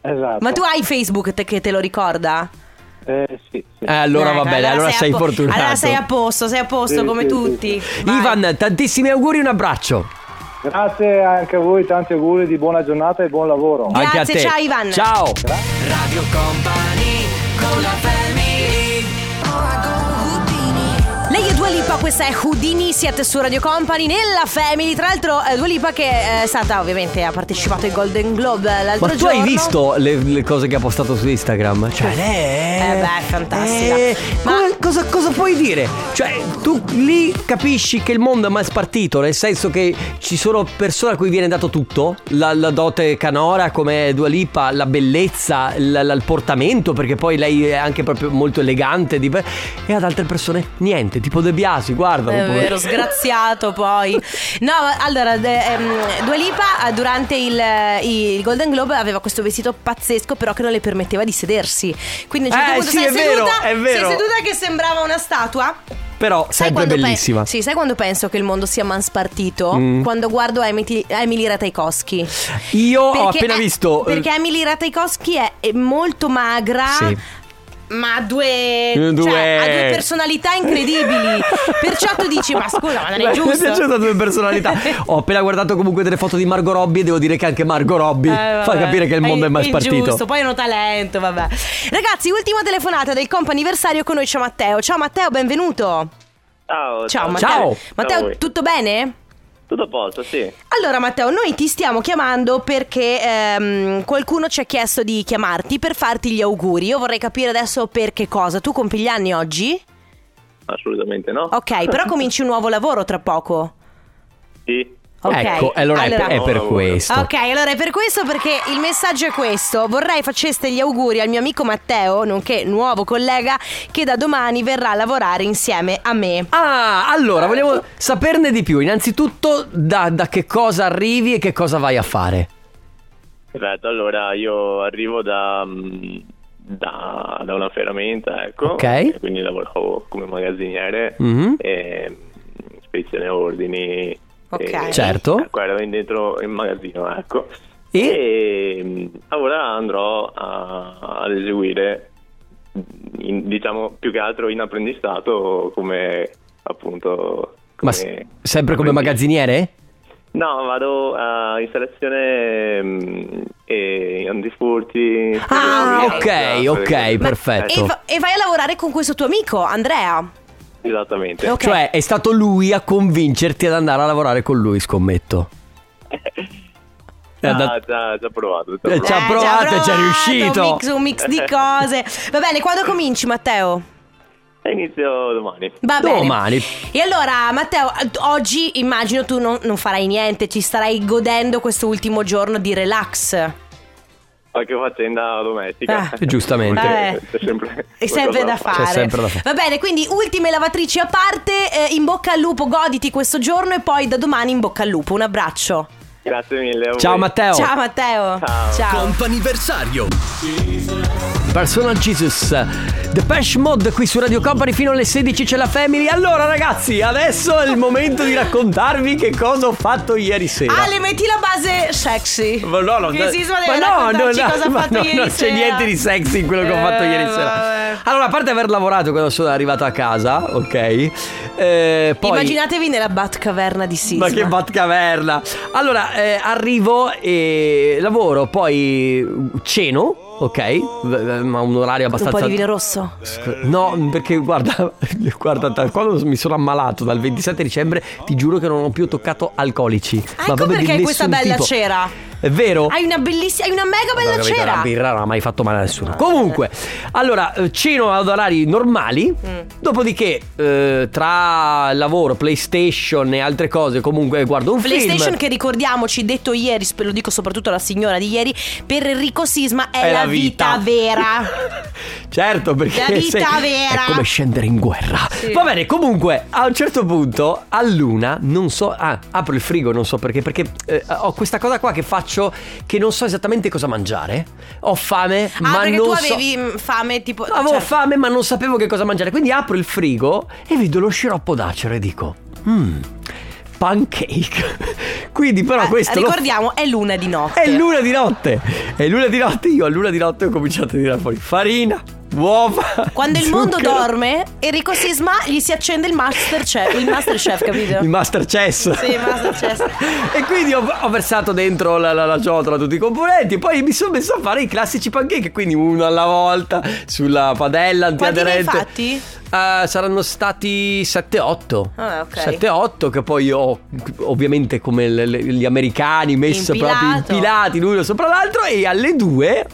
Speaker 12: Esatto.
Speaker 3: Ma tu hai Facebook te- che te lo ricorda?
Speaker 12: Eh, sì, sì.
Speaker 1: Eh, allora
Speaker 3: Ecco,
Speaker 1: va bene, allora, sei,
Speaker 3: a po-
Speaker 1: fortunato.
Speaker 3: Allora sei a posto, sei a posto
Speaker 12: Sì,
Speaker 3: come
Speaker 12: sì, sì,
Speaker 3: tutti. Vai.
Speaker 1: Ivan, tantissimi auguri e un abbraccio.
Speaker 12: Grazie anche a voi, tanti auguri di buona giornata e buon lavoro.
Speaker 1: Anche a
Speaker 3: Grazie,
Speaker 1: te.
Speaker 3: ciao, Ivan.
Speaker 1: Ciao.
Speaker 5: Radio Company con la family
Speaker 3: Lei è Dua Lipa, questa è Houdini, siete su Radio Company nella Family. Tra l'altro eh, Dua Lipa che eh, è stata ovviamente ha partecipato ai Golden Globe eh, l'altro
Speaker 1: Ma tu
Speaker 3: giorno.
Speaker 1: hai visto le, le cose che ha postato su Instagram? Cioè, lei
Speaker 3: Eh beh, è fantastica.
Speaker 1: Eh,
Speaker 3: Ma-
Speaker 1: come- cosa, cosa puoi dire? Cioè, tu lì capisci che il mondo è mal spartito, nel senso che ci sono persone a cui viene dato tutto, la, la dote canora come Dua Lipa, la bellezza, la- la- il portamento, perché poi lei è anche proprio molto elegante, di- e ad altre persone niente, tipo De Biasi, guarda.
Speaker 3: È vero, sgraziato poi. No, ma allora, de- ehm, Dua Lipa eh, durante il, eh, il Golden Globe aveva questo vestito pazzesco, però che non le permetteva di sedersi. Quindi a un certo
Speaker 1: Eh,
Speaker 3: punto
Speaker 1: sì,
Speaker 3: sei
Speaker 1: è vero,
Speaker 3: seduta,
Speaker 1: è vero.
Speaker 3: sei seduta che sembrava una statua.
Speaker 1: Però sempre
Speaker 3: quando pe-
Speaker 1: bellissima.
Speaker 3: sì, sai quando penso che il mondo sia manspartito?
Speaker 1: Mm.
Speaker 3: Quando guardo Emily, Emily Ratajkowski.
Speaker 1: Io ho
Speaker 3: Perché
Speaker 1: appena
Speaker 3: è-
Speaker 1: visto... eh,
Speaker 3: Perché Emily Ratajkowski è, è molto magra.
Speaker 1: Sì.
Speaker 3: Ma ha due,
Speaker 1: Eh, due.
Speaker 3: Cioè, ha due personalità incredibili. Perciò tu dici: Ma scusa, ma non
Speaker 1: Beh,
Speaker 3: è
Speaker 1: Mi è
Speaker 3: giusto.
Speaker 1: piaciuta la tua personalità. Ho appena guardato comunque delle foto di Margot Robbie e devo dire che anche Margot Robbie
Speaker 3: Eh,
Speaker 1: fa
Speaker 3: vabbè.
Speaker 1: capire che il mondo è mai spartito.
Speaker 3: Giusto, poi è un talento, vabbè. Ragazzi, ultima telefonata del comp anniversario con noi c'è Matteo. Ciao Matteo, benvenuto.
Speaker 13: Ciao,
Speaker 3: Ciao Matteo.
Speaker 1: Ciao.
Speaker 3: Matteo,
Speaker 13: Ciao a voi.
Speaker 3: tutto bene?
Speaker 13: Tutto a posto, sì.
Speaker 3: Allora Matteo, noi ti stiamo chiamando perché ehm, qualcuno ci ha chiesto di chiamarti per farti gli auguri. Io vorrei capire adesso per che cosa. Tu compi gli anni oggi?
Speaker 13: Assolutamente no.
Speaker 3: Ok, però cominci un nuovo lavoro tra poco.
Speaker 13: Sì.
Speaker 3: Ok,
Speaker 1: Ecco, allora, è- è, per questo.
Speaker 3: Ok, allora è per questo perché il messaggio è questo. Vorrei faceste gli auguri al mio amico Matteo, nonché nuovo collega, che da domani verrà a lavorare insieme a me.
Speaker 1: Ah, allora vogliamo saperne di più. Innanzitutto, da, da che cosa arrivi e che cosa vai a fare?
Speaker 13: Perfetto, allora io arrivo da, mm, da, da una ferramenta, ecco.
Speaker 1: Ok.
Speaker 13: E Quindi lavoravo come magazziniere
Speaker 1: Mhm.
Speaker 13: e mm, spedizione ordini.
Speaker 3: Ok.
Speaker 13: e-
Speaker 1: Certo.
Speaker 13: Ecco, ero in dentro in magazzino, ecco.
Speaker 1: E?
Speaker 13: E, mm, allora andrò a- ad eseguire, in- diciamo, più che altro in apprendistato come appunto...
Speaker 1: Ma s-
Speaker 13: come-
Speaker 1: sempre come magazziniere?
Speaker 13: No, vado a installazione mm, e antifurti.
Speaker 1: Ah, ok,
Speaker 13: ferrovia,
Speaker 1: ok,
Speaker 13: per-
Speaker 1: perfetto.
Speaker 3: E, va- e vai a lavorare con questo tuo amico, Andrea.
Speaker 13: Esattamente.
Speaker 3: Ok.
Speaker 1: Cioè, è stato lui a convincerti ad andare a lavorare con lui, scommetto. È andato-
Speaker 13: Ah, già, già provato. già
Speaker 1: Eh,
Speaker 13: provato.
Speaker 1: ci ha
Speaker 3: Eh,
Speaker 1: provato e
Speaker 3: provato,
Speaker 1: ci è
Speaker 3: Un
Speaker 1: riuscito.
Speaker 3: mix, un mix di cose. Va bene, quando cominci, Matteo?
Speaker 13: Inizio domani.
Speaker 3: Va bene.
Speaker 1: Domani.
Speaker 3: E allora, Matteo, oggi immagino tu non, non farai niente, ci starai godendo questo ultimo giorno di relax.
Speaker 13: Qualche faccenda domestica.
Speaker 1: Eh, giustamente.
Speaker 13: Perché C'è sempre,
Speaker 3: È sempre da
Speaker 13: qualcosa
Speaker 3: fare.
Speaker 1: C'è sempre da fare.
Speaker 3: Va bene, quindi ultime lavatrici a parte, eh, in bocca al lupo, goditi questo giorno e poi da domani in bocca al lupo. Un abbraccio.
Speaker 13: Grazie mille. a voi.
Speaker 1: Ciao Matteo.
Speaker 3: Ciao Matteo.
Speaker 13: Ciao.
Speaker 1: Comp'anniversario Personal Jesus Depeche Mode qui su Radio Company fino alle 16 c'è la Family Allora ragazzi adesso è il momento di raccontarvi che cosa ho fatto ieri sera
Speaker 3: Ale, metti la base sexy.
Speaker 1: Ma no, no,
Speaker 3: Che
Speaker 1: no,
Speaker 3: Sisma
Speaker 1: ma
Speaker 3: deve
Speaker 1: no, no,
Speaker 3: raccontarci
Speaker 1: no,
Speaker 3: cosa ha
Speaker 1: ma
Speaker 3: fatto
Speaker 1: no,
Speaker 3: ieri
Speaker 1: non c'è
Speaker 3: sera.
Speaker 1: niente di sexy in quello che ho fatto
Speaker 3: Eh,
Speaker 1: ieri
Speaker 3: vabbè.
Speaker 1: sera. Allora, a parte aver lavorato quando sono arrivato a casa, ok? eh, poi...
Speaker 3: Immaginatevi nella Batcaverna di Sisma.
Speaker 1: Ma che batcaverna! Allora, eh, arrivo e lavoro, poi ceno. ok? V- Ma un orario
Speaker 3: Un
Speaker 1: abbastanza...
Speaker 3: po' di vino rosso.
Speaker 1: Scu- No, perché guarda, guarda, da- quando mi sono ammalato dal 27 dicembre, ti giuro che non ho più toccato alcolici. Ma
Speaker 3: Ecco
Speaker 1: proprio di
Speaker 3: perché hai questa
Speaker 1: nessun
Speaker 3: bella
Speaker 1: tipo.
Speaker 3: cera.
Speaker 1: È vero?
Speaker 3: Hai una bellissima, hai una mega bella
Speaker 1: Madonna, capito,
Speaker 3: cera.
Speaker 1: La birra non ha mai fatto male a nessuno. Comunque, allora, eh, ceno ad orari normali.
Speaker 3: Mm.
Speaker 1: Dopodiché, eh, tra lavoro, PlayStation e altre cose, comunque guardo un
Speaker 3: PlayStation
Speaker 1: film.
Speaker 3: che ricordiamoci, detto ieri, sp- lo dico soprattutto alla signora di ieri, per Enrico Sisma è,
Speaker 1: È la
Speaker 3: la vita,
Speaker 1: vita.
Speaker 3: vera.
Speaker 1: Certo, perché
Speaker 3: La vita
Speaker 1: sei-
Speaker 3: vera.
Speaker 1: è come scendere in guerra.
Speaker 3: Sì.
Speaker 1: Va bene, comunque, a un certo punto, a luna, non so, ah, apro il frigo, non so perché, perché eh, ho questa cosa qua che faccio che non so esattamente cosa mangiare. Ho fame,
Speaker 3: Ah,
Speaker 1: ma
Speaker 3: perché
Speaker 1: non
Speaker 3: tu
Speaker 1: so
Speaker 3: avevi mh, fame tipo...
Speaker 1: Avevo
Speaker 3: cioè,
Speaker 1: fame ma non sapevo che cosa mangiare, quindi apro il frigo e vedo lo sciroppo d'acero e dico, mmm, pancake. quindi però Ah,
Speaker 3: Eh,
Speaker 1: questo... lo-
Speaker 3: ricordiamo, è luna di notte.
Speaker 1: È l'una di notte, è l'una di notte, io a luna di notte ho cominciato a tirare fuori farina, uova.
Speaker 3: Quando il mondo
Speaker 1: zucchero,
Speaker 3: dorme, Enrico Sisma gli si accende il Masterchef, il Masterchef, capito?
Speaker 1: Il master chess.
Speaker 3: Sì, il Masterchef.
Speaker 1: E quindi ho, ho versato dentro la, la, la ciotola tutti i componenti. Poi mi sono messo a fare i classici pancake. Quindi uno alla volta sulla padella
Speaker 3: Quanti ne hai
Speaker 1: antiaderente.
Speaker 3: fatti?
Speaker 1: Eh, saranno stati 7-8.
Speaker 3: Ah, ok.
Speaker 1: 7-8 che poi ho ovviamente come le- le- gli americani messo
Speaker 3: Impilato.
Speaker 1: proprio impilati l'uno sopra l'altro e alle 2,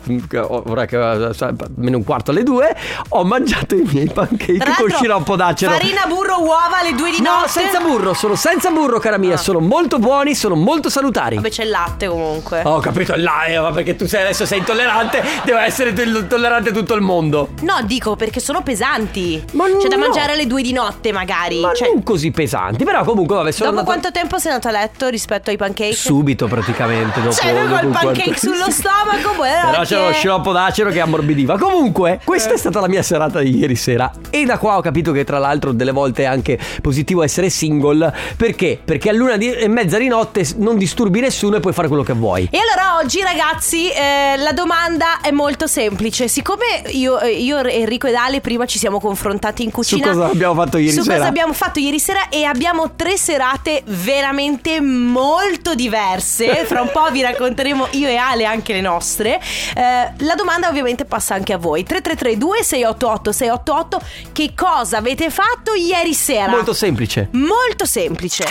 Speaker 1: ora che eh, meno un quarto alle 2, ho mangiato i miei pancake con
Speaker 3: l'altro,
Speaker 1: sciroppo d'acero.
Speaker 3: Farina, burro, uova alle due di
Speaker 1: No,
Speaker 3: notte. Ah.
Speaker 1: senza burro, sono senza burro, cara mia. Sono molto buoni, sono molto salutari.
Speaker 3: Vabbè, c'è il latte comunque.
Speaker 1: Ho capito, là, eh, ma perché tu sei, adesso sei intollerante, deve essere to- tollerante tutto il mondo.
Speaker 3: No, dico perché sono pesanti. c'è da
Speaker 1: no.
Speaker 3: mangiare alle due di notte, magari.
Speaker 1: Ma
Speaker 3: Cioè,
Speaker 1: non così pesanti, però comunque vabbè, sono
Speaker 3: dopo
Speaker 1: andato
Speaker 3: quanto tempo sei andato a letto rispetto ai pancake?
Speaker 1: subito praticamente dopo
Speaker 3: Cioè, lui
Speaker 1: dopo
Speaker 3: col
Speaker 1: un quarto-
Speaker 3: pancake sullo stomaco, eh. poi
Speaker 1: Però c'era lo
Speaker 3: che-
Speaker 1: sciroppo d'acero che ammorbidiva. Comunque, questa è stata la mia serata di ieri sera. E da qua ho capito che, tra l'altro, delle volte è anche positivo essere single. Perché? Perché a luna di- e mezza di notte non disturbi nessuno e puoi fare quello che vuoi.
Speaker 3: E allora oggi ragazzi eh, la domanda è molto semplice, siccome io, eh, io, Enrico ed Ale prima ci siamo confrontati in cucina
Speaker 1: cosa abbiamo fatto ieri
Speaker 3: su cosa
Speaker 1: sera.
Speaker 3: abbiamo fatto ieri sera e abbiamo tre serate veramente molto diverse, fra un po' vi racconteremo io e Ale anche le nostre, Eh, la domanda ovviamente passa anche a voi, 3332 688 688 che cosa avete fatto ieri sera?
Speaker 1: Molto semplice.
Speaker 3: Molto semplice.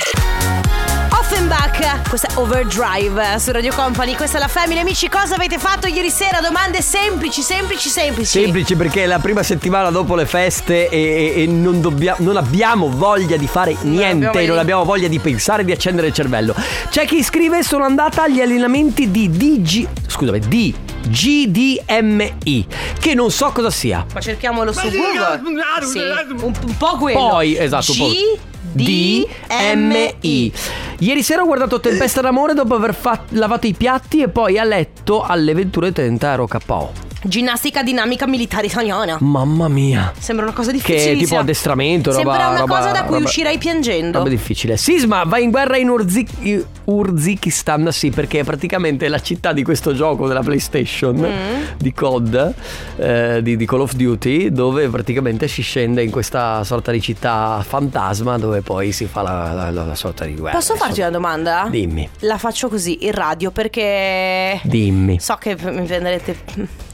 Speaker 3: Offenbach, questa è Overdrive eh, su Radio Company, questa è la Family Amici, cosa avete fatto ieri sera? Domande semplici, semplici, semplici.
Speaker 1: Semplice perché è la prima settimana dopo le feste e, e- e non, dobbia- non abbiamo voglia di fare niente,
Speaker 3: abbiamo voglia
Speaker 1: non
Speaker 3: di-
Speaker 1: abbiamo voglia di pensare, di accendere il cervello. C'è chi scrive: Sono andata agli allenamenti di DG. Scusami, di GDMI, che non so cosa sia.
Speaker 3: Ma cerchiamolo su Google. Sì, un, un po' quello.
Speaker 1: Poi, esatto, poi.
Speaker 3: G D M
Speaker 1: DMI. Ieri sera ho guardato Tempesta d'amore dopo aver fa- lavato i piatti e poi a letto alle 21.30 ero KO.
Speaker 3: Ginnastica dinamica militare italiana.
Speaker 1: Mamma mia.
Speaker 3: Sembra una cosa difficile.
Speaker 1: Che tipo addestramento, roba.
Speaker 3: Sembra una
Speaker 1: roba-
Speaker 3: cosa da cui
Speaker 1: roba-
Speaker 3: uscirai piangendo.
Speaker 1: Roba difficile. Sisma va in guerra in Urzi- in Urzikistan, sì, perché è praticamente la città di questo gioco della PlayStation,
Speaker 3: Mm.
Speaker 1: di COD, eh, di, di Call of Duty, dove praticamente si scende in questa sorta di città fantasma dove poi si fa la, la- la- la sorta di guerra.
Speaker 3: Posso farti una domanda?
Speaker 1: Dimmi,
Speaker 3: La faccio così in radio perché
Speaker 1: dimmi.
Speaker 3: so che mi prenderete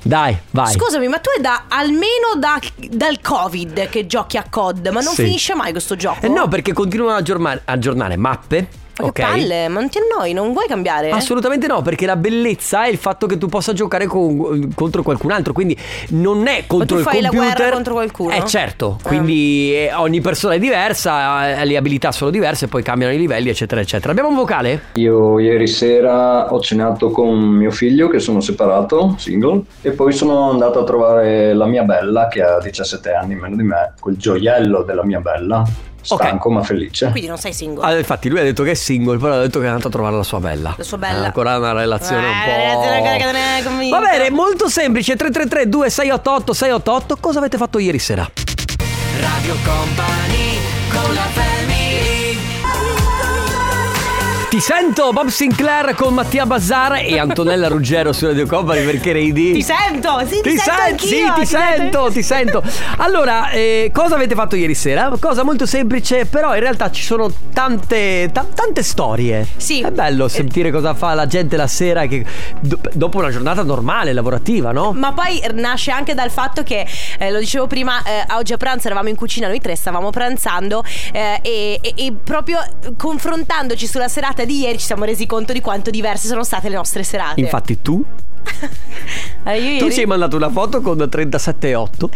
Speaker 1: Dai, vai.
Speaker 3: Scusami, ma tu è da almeno da- dal Covid che giochi a COD, ma non
Speaker 1: Sì.
Speaker 3: finisce mai questo gioco?
Speaker 1: Eh no, perché continuano ad aggiorma- aggiornare mappe.
Speaker 3: oh. Ma
Speaker 1: ok.
Speaker 3: Che palle, ma non ti annoi, non vuoi cambiare?
Speaker 1: Assolutamente no, perché la bellezza è il fatto che tu possa giocare con- contro qualcun altro, quindi non è contro
Speaker 3: tu
Speaker 1: il
Speaker 3: fai la
Speaker 1: computer.
Speaker 3: guerra contro qualcuno? Ah.
Speaker 1: Eh certo, quindi eh, ogni persona è diversa, eh, le abilità sono diverse, poi cambiano i livelli, eccetera, eccetera. Abbiamo un vocale?
Speaker 14: Io ieri sera ho cenato con mio figlio che sono separato, single, e poi sono andato a trovare la mia bella che ha 17 anni meno di me, quel gioiello della mia bella, stanco ma felice.
Speaker 3: Quindi non sei single.
Speaker 1: Ah, infatti lui ha detto che è single, però ha detto che è andato a trovare la sua bella.
Speaker 3: La sua bella.
Speaker 1: Eh, ancora una relazione un
Speaker 3: Eh, relazione ancora che non è
Speaker 1: po'.
Speaker 3: convinta.
Speaker 1: Va bene, molto semplice, 333 2688 688, cosa avete fatto ieri sera?
Speaker 5: Radio Company con la family
Speaker 1: Ti sento Bob Sinclair con Mattia Bazzara e Antonella Ruggero su Radio Company perché ridi.
Speaker 3: Ti sento, sì, ti, sento
Speaker 1: sen-
Speaker 3: anch'io,
Speaker 1: sì, ti, sento, ti sento. Allora, eh, cosa avete fatto ieri sera? Cosa molto semplice, però in realtà ci sono tante, ta- tante storie.
Speaker 3: Sì. Eh.
Speaker 1: È bello sentire cosa fa la gente la sera che do- dopo una giornata normale, lavorativa, no?
Speaker 3: Ma poi nasce anche dal fatto che, eh, lo dicevo prima, eh, oggi a pranzo eravamo in cucina, noi tre stavamo pranzando eh, e, e- e proprio confrontandoci sulla serata di ieri ci siamo resi conto di quanto diverse sono state le nostre serate.
Speaker 1: Infatti tu,
Speaker 3: Eh, io,
Speaker 1: tu
Speaker 3: ieri,
Speaker 1: ci hai mandato una foto con 37,8.
Speaker 3: io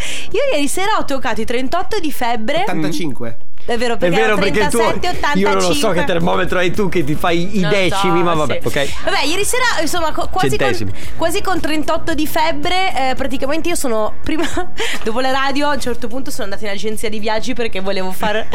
Speaker 3: ieri sera ho toccato i 38 di febbre.
Speaker 4: 85.
Speaker 3: È vero perché,
Speaker 1: è vero
Speaker 3: erano
Speaker 1: perché tu
Speaker 3: 37, 85.
Speaker 1: io non lo so che termometro hai tu che ti fai i
Speaker 3: Non
Speaker 1: decimi
Speaker 3: so,
Speaker 1: ma vabbè
Speaker 3: sì.
Speaker 1: ok
Speaker 3: Vabbè, ieri sera, insomma, co- quasi, con,
Speaker 1: Centesimi.
Speaker 3: quasi con 38 di febbre, eh, praticamente io sono prima, dopo la radio, a un certo punto sono andata in agenzia di viaggi perché volevo far,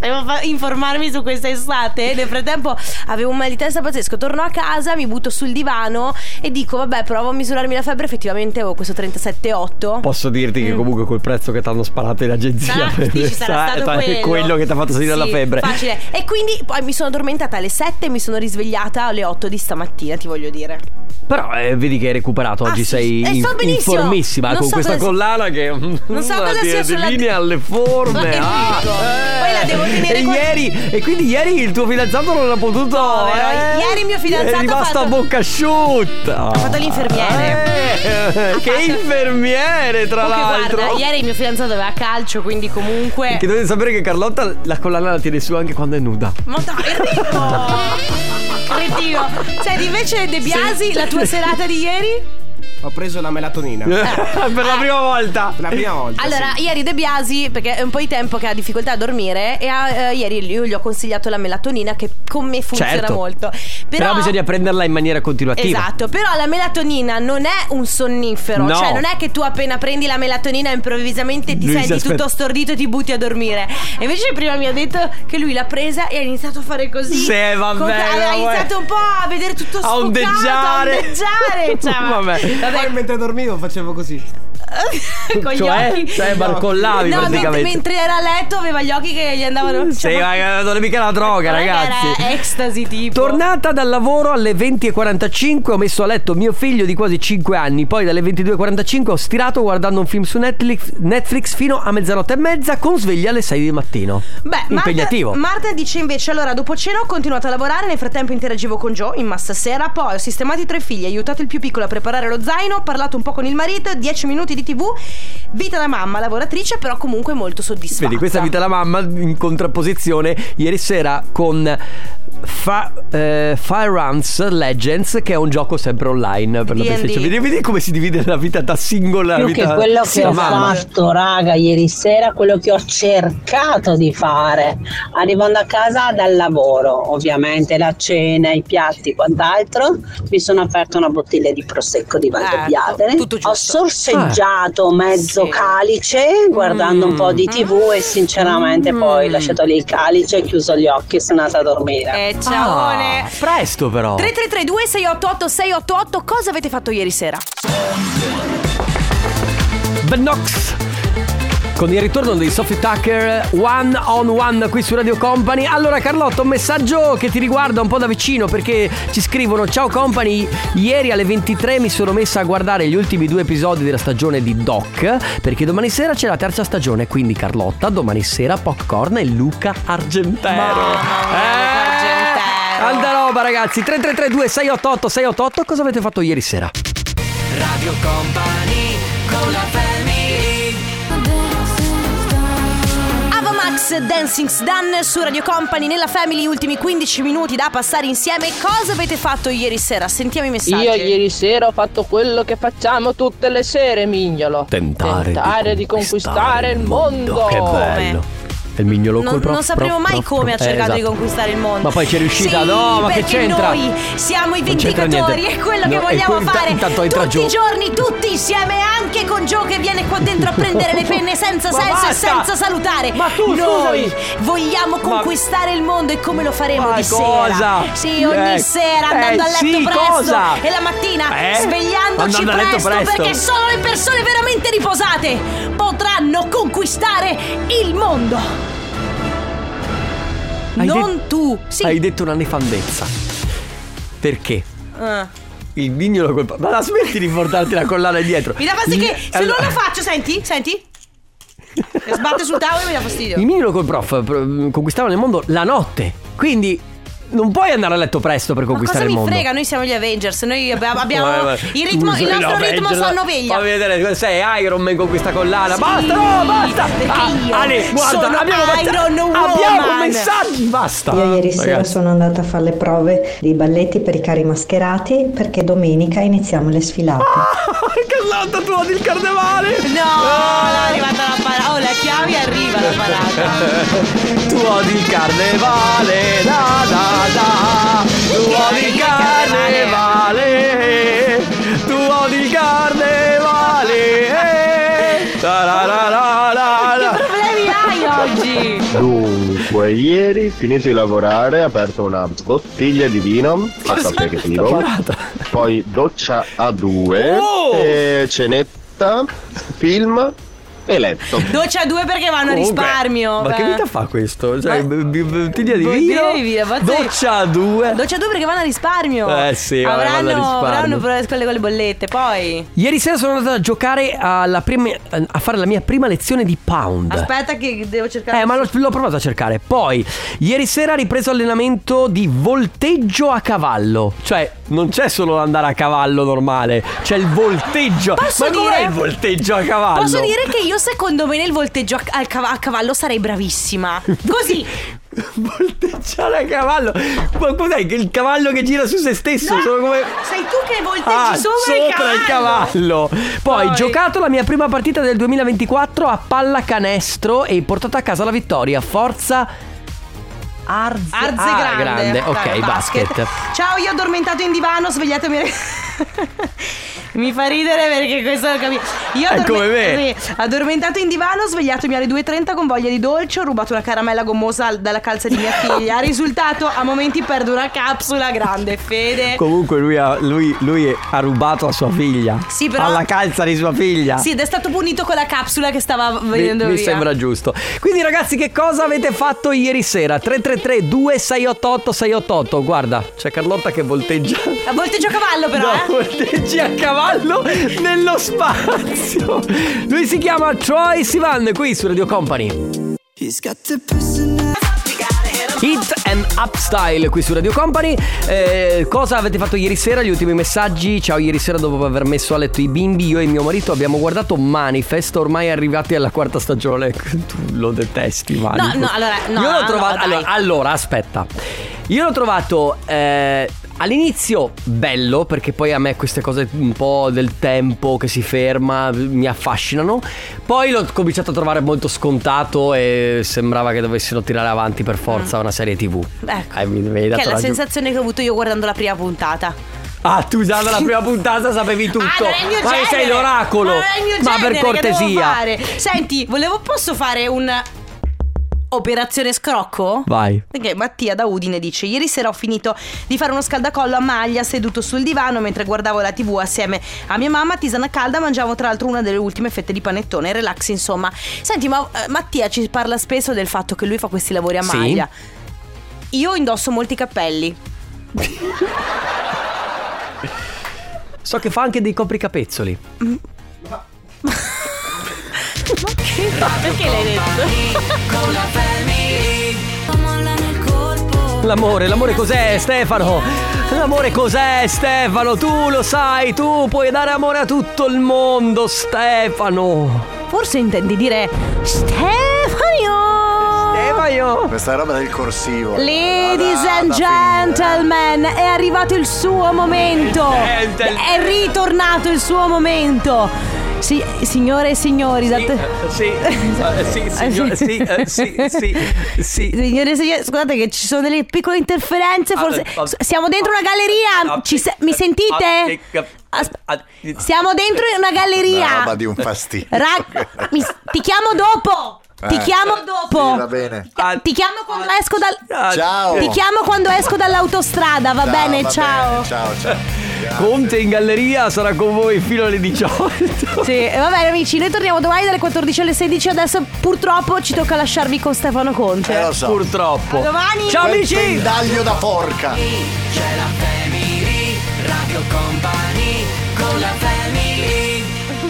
Speaker 3: volevo fa- informarmi su questa estate. Nel frattempo avevo un mal di testa pazzesco. Torno a casa, mi butto sul divano e dico, vabbè, provo a misurarmi la febbre. Effettivamente avevo questo 37,8.
Speaker 1: Posso dirti che comunque col prezzo che ti hanno sparato in agenzia
Speaker 3: Mm. Ah, dici, sarà stato quello.
Speaker 1: che ti ha fatto salire
Speaker 3: Sì,
Speaker 1: la febbre.
Speaker 3: Facile. E quindi poi mi sono addormentata alle 7 e mi sono risvegliata alle 8 di stamattina, ti voglio dire.
Speaker 1: Però eh, vedi che hai recuperato oggi,
Speaker 3: sì,
Speaker 1: sei
Speaker 3: sì. Eh,
Speaker 1: in,
Speaker 3: sto benissimo.
Speaker 1: informissima
Speaker 3: Non
Speaker 1: con
Speaker 3: so
Speaker 1: questa
Speaker 3: cosa-
Speaker 1: collana che non
Speaker 3: so cosa sia sulla-
Speaker 1: linea alle
Speaker 3: Ma
Speaker 1: forme.
Speaker 3: che
Speaker 1: ah,
Speaker 3: figo.
Speaker 1: eh.
Speaker 3: Poi la devo tenere
Speaker 1: e
Speaker 3: con-
Speaker 1: ieri e quindi ieri il tuo fidanzato non ha potuto
Speaker 3: Povero,
Speaker 1: eh,
Speaker 3: ieri mio fidanzato
Speaker 1: è
Speaker 3: ha
Speaker 1: rimasto a
Speaker 3: fatto-
Speaker 1: bocca asciutta.
Speaker 3: Ho fatto l'infermiere.
Speaker 1: Eh, che infermiere tra
Speaker 3: Comunque,
Speaker 1: l'altro.
Speaker 3: guarda, ieri il mio fidanzato aveva calcio, quindi comunque.
Speaker 1: Che dovete sapere che Carlotta la collana la tiene su anche quando è nuda.
Speaker 3: Ma dai, Enrico! Cretino. Senti, invece De Biasi, la tua serata di ieri?
Speaker 4: Ho preso la melatonina.
Speaker 1: per la prima volta.
Speaker 4: Per la prima volta.
Speaker 3: Eh. Allora,
Speaker 4: sì.
Speaker 3: ieri De Biasi, perché è un po' di tempo che ha difficoltà a dormire, e ha- eh, ieri io gli ho consigliato la melatonina, che con me funziona
Speaker 1: Certo.
Speaker 3: molto.
Speaker 1: Però, bisogna prenderla in maniera continuativa.
Speaker 3: Esatto, però la melatonina non è un sonnifero,
Speaker 1: No.
Speaker 3: cioè non è che tu appena prendi la melatonina improvvisamente ti
Speaker 1: Lui si
Speaker 3: senti
Speaker 1: aspetta-
Speaker 3: tutto stordito e ti butti a dormire. E invece prima mi ha detto che lui l'ha presa e ha iniziato a fare così.
Speaker 1: Sì, vabbè,
Speaker 3: Con- ha
Speaker 1: vabbè.
Speaker 3: iniziato un po' a vedere tutto
Speaker 1: A
Speaker 3: sfocato,
Speaker 1: ondeggiare.
Speaker 3: a ondeggiare. Cioè, ma-
Speaker 1: Vabbè.
Speaker 4: Poi mentre dormivo facevo così.
Speaker 3: con gli
Speaker 1: Cioè,
Speaker 3: occhi.
Speaker 1: cioè, barcollavi
Speaker 3: no, mentre,
Speaker 1: praticamente.
Speaker 3: mentre era a letto aveva gli occhi che gli andavano
Speaker 1: Sì,
Speaker 3: cioè, ma-
Speaker 1: ma non è mica la droga,
Speaker 3: non è che
Speaker 1: ragazzi.
Speaker 3: Era eh, ecco. ecstasy tipo.
Speaker 1: Tornata dal lavoro alle 20.45 ho messo a letto mio figlio di quasi 5 anni, poi dalle 22.45 ho stirato guardando un film su Netflix, Netflix fino a mezzanotte e mezza con sveglia alle 6 di mattino.
Speaker 3: Beh,
Speaker 1: Impegnativo.
Speaker 3: Marta, Marta dice invece: Allora, dopo cena ho continuato a lavorare. Nel frattempo interagivo con Joe in massa sera. Poi ho sistemato i tre figli, aiutato il più piccolo a preparare lo zaino. Ho parlato un po' con il marito. 10 minuti di tv. Vita da mamma, lavoratrice, però comunque molto soddisfatta.
Speaker 1: Vedi, questa vita la mamma in contrapposizione ieri sera con Fa- eh, Fire Runs Legends, che è un gioco sempre online per la
Speaker 11: D&D.
Speaker 1: PlayStation. Vedi, vedi come si divide la vita da singola
Speaker 11: Più che
Speaker 1: vita
Speaker 11: quello
Speaker 1: da
Speaker 11: che ho
Speaker 1: mamma.
Speaker 11: fatto, raga, ieri sera, quello che ho cercato di fare, arrivando a casa dal lavoro, ovviamente la cena, i piatti e quant'altro, mi sono aperta una bottiglia di prosecco di Valdobbiadene, ho sorseggiato mezzo calice guardando un po' di tv e sinceramente poi lasciato lì il calice, chiuso gli occhi e sono andata a dormire.
Speaker 3: Eh, ciaone.
Speaker 1: Ah, presto però.
Speaker 3: 3332 688 688 Cosa avete fatto ieri sera?
Speaker 1: The Knox. Con il ritorno dei Sophie Tucker One on One qui su Radio Company. Allora Carlotta, un messaggio che ti riguarda un po' da vicino perché ci scrivono Ciao Company, ieri alle 23 mi sono messa a guardare gli ultimi due episodi della stagione di Doc perché domani sera c'è la terza stagione, quindi Carlotta, domani sera popcorn e Luca Argentero. eh, Tanta roba ragazzi, 3332 688 688, cosa avete fatto ieri sera?
Speaker 5: Radio Company con la family
Speaker 3: Ava Max Dancing's Done su Radio Company nella Family, ultimi 15 minuti da passare insieme. Cosa avete fatto ieri sera? Sentiamo i messaggi.
Speaker 11: Io ieri sera ho fatto quello che facciamo tutte le sere, mignolo.
Speaker 1: Tentare di
Speaker 11: Tentare di conquistare il mondo.
Speaker 1: Che bello. E il mignolo
Speaker 3: Non,
Speaker 1: col prof,
Speaker 3: non sapremo
Speaker 1: prof,
Speaker 3: mai
Speaker 1: prof,
Speaker 3: come ha
Speaker 1: prof. Eh,
Speaker 3: cercato di
Speaker 1: esatto.
Speaker 3: conquistare il mondo.
Speaker 1: Ma poi c'è riuscita,
Speaker 3: Sì,
Speaker 1: no, ma che
Speaker 3: perché
Speaker 1: c'entra?
Speaker 3: Noi siamo i
Speaker 1: Non c'entra
Speaker 3: vendicatori,
Speaker 1: niente.
Speaker 3: è quello che
Speaker 1: No, e
Speaker 3: vogliamo
Speaker 1: poi
Speaker 3: fare
Speaker 1: intanto
Speaker 3: tutti
Speaker 1: entra Gio.
Speaker 3: i giorni, tutti insieme, anche con Joe che viene qua dentro a prendere le penne senza
Speaker 1: Ma
Speaker 3: senso
Speaker 1: basta!
Speaker 3: e senza salutare.
Speaker 1: Ma tu,
Speaker 3: noi
Speaker 1: scusami!
Speaker 3: vogliamo
Speaker 1: Ma-
Speaker 3: conquistare il mondo e come lo faremo
Speaker 1: Ma
Speaker 3: di
Speaker 1: cosa?
Speaker 3: sera? Sì, ogni
Speaker 1: Eh,
Speaker 3: sera andando
Speaker 1: eh,
Speaker 3: a letto
Speaker 1: sì,
Speaker 3: presto
Speaker 1: cosa?
Speaker 3: e la mattina
Speaker 1: Eh?
Speaker 3: svegliandoci
Speaker 1: Andando a letto
Speaker 3: presto,
Speaker 1: presto.
Speaker 3: perché solo le persone veramente riposate potranno conquistare il mondo. non
Speaker 1: det-
Speaker 3: tu. Sì.
Speaker 1: Hai detto una nefandezza. Perché?
Speaker 3: Ah.
Speaker 1: Il mignolo col... Ma la smetti di portarti la collana dietro.
Speaker 3: Mi dà fastidio che se
Speaker 1: Allora-
Speaker 3: non lo faccio, senti, senti. E sbatte sul tavolo e mi dà fastidio.
Speaker 1: Il mignolo col prof pro- conquistavano il mondo la notte. Quindi non puoi andare a letto presto per
Speaker 3: Cosa
Speaker 1: conquistare
Speaker 3: mi
Speaker 1: il mondo.
Speaker 3: frega? Noi siamo gli Avengers, noi abbiamo, abbiamo
Speaker 1: Vai, vai.
Speaker 3: il ritmo,
Speaker 1: Tu sei
Speaker 3: il
Speaker 1: la
Speaker 3: nostro ritmo
Speaker 1: peggio,
Speaker 3: sonno
Speaker 1: no?
Speaker 3: veglia.
Speaker 1: Fammi vedere, sei Iron Man con questa collana.
Speaker 3: Sì,
Speaker 1: basta, no, basta. Ah,
Speaker 3: perché io
Speaker 1: Ale, guarda,
Speaker 3: sono
Speaker 1: abbiamo, messa-
Speaker 3: Iron
Speaker 1: abbiamo
Speaker 3: Woman.
Speaker 1: messaggi, basta.
Speaker 15: Io ieri sera
Speaker 1: Ragazzi.
Speaker 15: sono andata a fare le prove di balletti per i cari mascherati perché domenica iniziamo le sfilate.
Speaker 1: Carlotta, tu odi il carnevale.
Speaker 3: No, no, è arrivata la parata. Oh, la chiave arriva la parata.
Speaker 1: Tu odi il carnevale, da da da. Tu odi il carnevale, tu odi il carnevale. eh. Da da da da da da.
Speaker 3: problemi hai oggi?
Speaker 8: Dunque, ieri finito di lavorare, ho aperto una bottiglia di vino a aperitivo, poi doccia a due,
Speaker 3: Oh!
Speaker 8: e cenetta, film e letto.
Speaker 3: Doccia a due perché vanno a
Speaker 1: Comunque,
Speaker 3: risparmio.
Speaker 1: Ma che
Speaker 3: beh.
Speaker 1: vita fa questo? Cioè, b- b- bottiglia di
Speaker 3: Bottiglia
Speaker 1: vino?
Speaker 3: di vino, pazzesco.
Speaker 1: Doccia a due.
Speaker 3: Eh, Doccia a due perché vanno a risparmio.
Speaker 1: Eh sì, vabbè, vanno a
Speaker 3: avranno,
Speaker 1: risparmio.
Speaker 3: avranno problemi con le- con le bollette. Poi.
Speaker 1: Ieri sera sono andata a giocare alla prima- a fare la mia prima lezione di pound.
Speaker 3: Aspetta che devo cercare.
Speaker 1: Eh, ma l'ho, l'ho provato a cercare. Poi, ieri sera ha ripreso allenamento di volteggio a cavallo. Cioè, non c'è solo andare a cavallo normale, c'è il volteggio.
Speaker 3: Posso
Speaker 1: ma com'è
Speaker 3: dire-
Speaker 1: il volteggio a cavallo?
Speaker 3: Posso dire che io secondo me nel volteggio a, al cava- a cavallo sarei bravissima. Così.
Speaker 1: Volteggiare a cavallo. Ma cos'è che il cavallo che gira su se stesso? Sono come.
Speaker 3: Sei tu che volteggi
Speaker 1: Ah,
Speaker 3: sopra, il cavallo.
Speaker 1: Poi,
Speaker 3: Poi.
Speaker 1: giocato la mia prima partita del 2024 a pallacanestro e portato a casa la vittoria. Forza Arze,
Speaker 3: Arze
Speaker 1: ah,
Speaker 3: grande.
Speaker 1: Ok,
Speaker 3: Dai,
Speaker 1: basket.
Speaker 3: Ciao, io addormentato in divano, svegliatomi. Mi fa ridere perché questo lo capisco. Io
Speaker 1: È
Speaker 3: addorme-
Speaker 1: come me.
Speaker 3: sì, addormentato in divano, svegliatomi alle 2.30 con voglia di dolce, ho rubato una caramella gommosa al- dalla calza di mia figlia. Risultato, a momenti perdo una capsula grande, fede.
Speaker 1: Comunque lui ha, lui- lui ha rubato a sua figlia.
Speaker 3: Sì, però-
Speaker 1: Alla calza di sua figlia.
Speaker 3: Sì, ed è stato punito con la capsula che stava
Speaker 1: Mi,
Speaker 3: venendo
Speaker 1: mi
Speaker 3: via.
Speaker 1: sembra giusto. Quindi ragazzi, che cosa avete fatto ieri sera? 333 2688 688. Guarda, c'è Carlotta che volteggia.
Speaker 3: A volteggio a cavallo però,
Speaker 1: No,
Speaker 3: eh.
Speaker 1: volteggi a cavallo nello spazio. Lui si chiama Troy Sivan qui su Radio Company. Hit and Upstyle qui su Radio Company. Eh, cosa avete fatto ieri sera? Gli ultimi messaggi. Ciao, ieri sera dopo aver messo a letto i bimbi, io e mio marito abbiamo guardato Manifest, ormai arrivati alla quarta stagione. Tu lo detesti, Manifest.
Speaker 3: no, allora, no,
Speaker 1: Io l'ho
Speaker 3: no,
Speaker 1: trovato.
Speaker 3: dai.
Speaker 1: allora, allora, aspetta. Io l'ho trovato eh, all'inizio bello, perché poi a me queste cose un po' del tempo che si ferma mi affascinano. Poi l'ho cominciato a trovare molto scontato e sembrava che dovessero tirare avanti per forza una serie TV.
Speaker 3: Mm. Ecco.
Speaker 1: Eh, mi- mi hai dato
Speaker 3: Che è la
Speaker 1: ragione.
Speaker 3: sensazione che ho avuto io guardando la prima puntata.
Speaker 1: Ah, tu già dalla prima puntata sapevi tutto.
Speaker 3: Ah, non è il mio
Speaker 1: Ma
Speaker 3: genere.
Speaker 1: sei l'oracolo.
Speaker 3: Ma, non è il mio
Speaker 1: Ma
Speaker 3: genere,
Speaker 1: per
Speaker 3: Che devo
Speaker 1: cortesia.
Speaker 3: fare? Senti, volevo posso fare un operazione scrocco?
Speaker 1: Vai.
Speaker 3: Perché Mattia da Udine dice Ieri sera ho finito di fare uno scaldacollo a maglia seduto sul divano mentre guardavo la tv assieme a mia mamma tisana calda mangiavo tra l'altro una delle ultime fette di panettone relax insomma Senti ma eh, Mattia ci parla spesso del fatto che lui fa questi lavori a
Speaker 1: Sì.
Speaker 3: maglia Io indosso molti cappelli
Speaker 1: So che fa anche dei copricapezzoli.
Speaker 3: Perché l'hai detto? Con la
Speaker 1: L'amore, l'amore cos'è Stefano? L'amore cos'è Stefano? Tu lo sai, tu puoi dare amore a tutto il mondo Stefano.
Speaker 3: Forse intendi dire Stefano
Speaker 1: Eh, Stefano
Speaker 16: Questa roba del corsivo.
Speaker 3: Ladies and gentlemen, è arrivato il suo momento. È ritornato il suo momento. Si- signore e signori, date-
Speaker 1: Sì, eh, sì, signor- sì, eh, sì, sì, sì.
Speaker 3: Signore e signori, scusate che ci sono delle piccole interferenze, forse
Speaker 1: Ah, ah,
Speaker 3: siamo dentro una galleria. Ci se- mi sentite? Asp-
Speaker 1: ah,
Speaker 3: siamo dentro una galleria.
Speaker 16: roba di un fastidio.
Speaker 3: Ra- mi- ti chiamo dopo. Ti chiamo dopo.
Speaker 16: Sì, va bene.
Speaker 3: Ti chiamo quando esco dal.
Speaker 16: Ciao.
Speaker 3: Ti chiamo quando esco dall'autostrada, va bene?
Speaker 16: va
Speaker 3: ciao.
Speaker 16: bene, ciao, ciao.
Speaker 1: Conte in galleria sarà con voi fino alle 18.
Speaker 3: Sì, e va bene amici, noi torniamo domani dalle 14 alle 16. Adesso purtroppo ci tocca lasciarvi con Stefano Conte.
Speaker 16: Eh, lo so.
Speaker 1: Purtroppo.
Speaker 3: A domani.
Speaker 1: Ciao
Speaker 16: Quel
Speaker 1: amici.
Speaker 16: Pendaglio da porca.
Speaker 5: C'è la family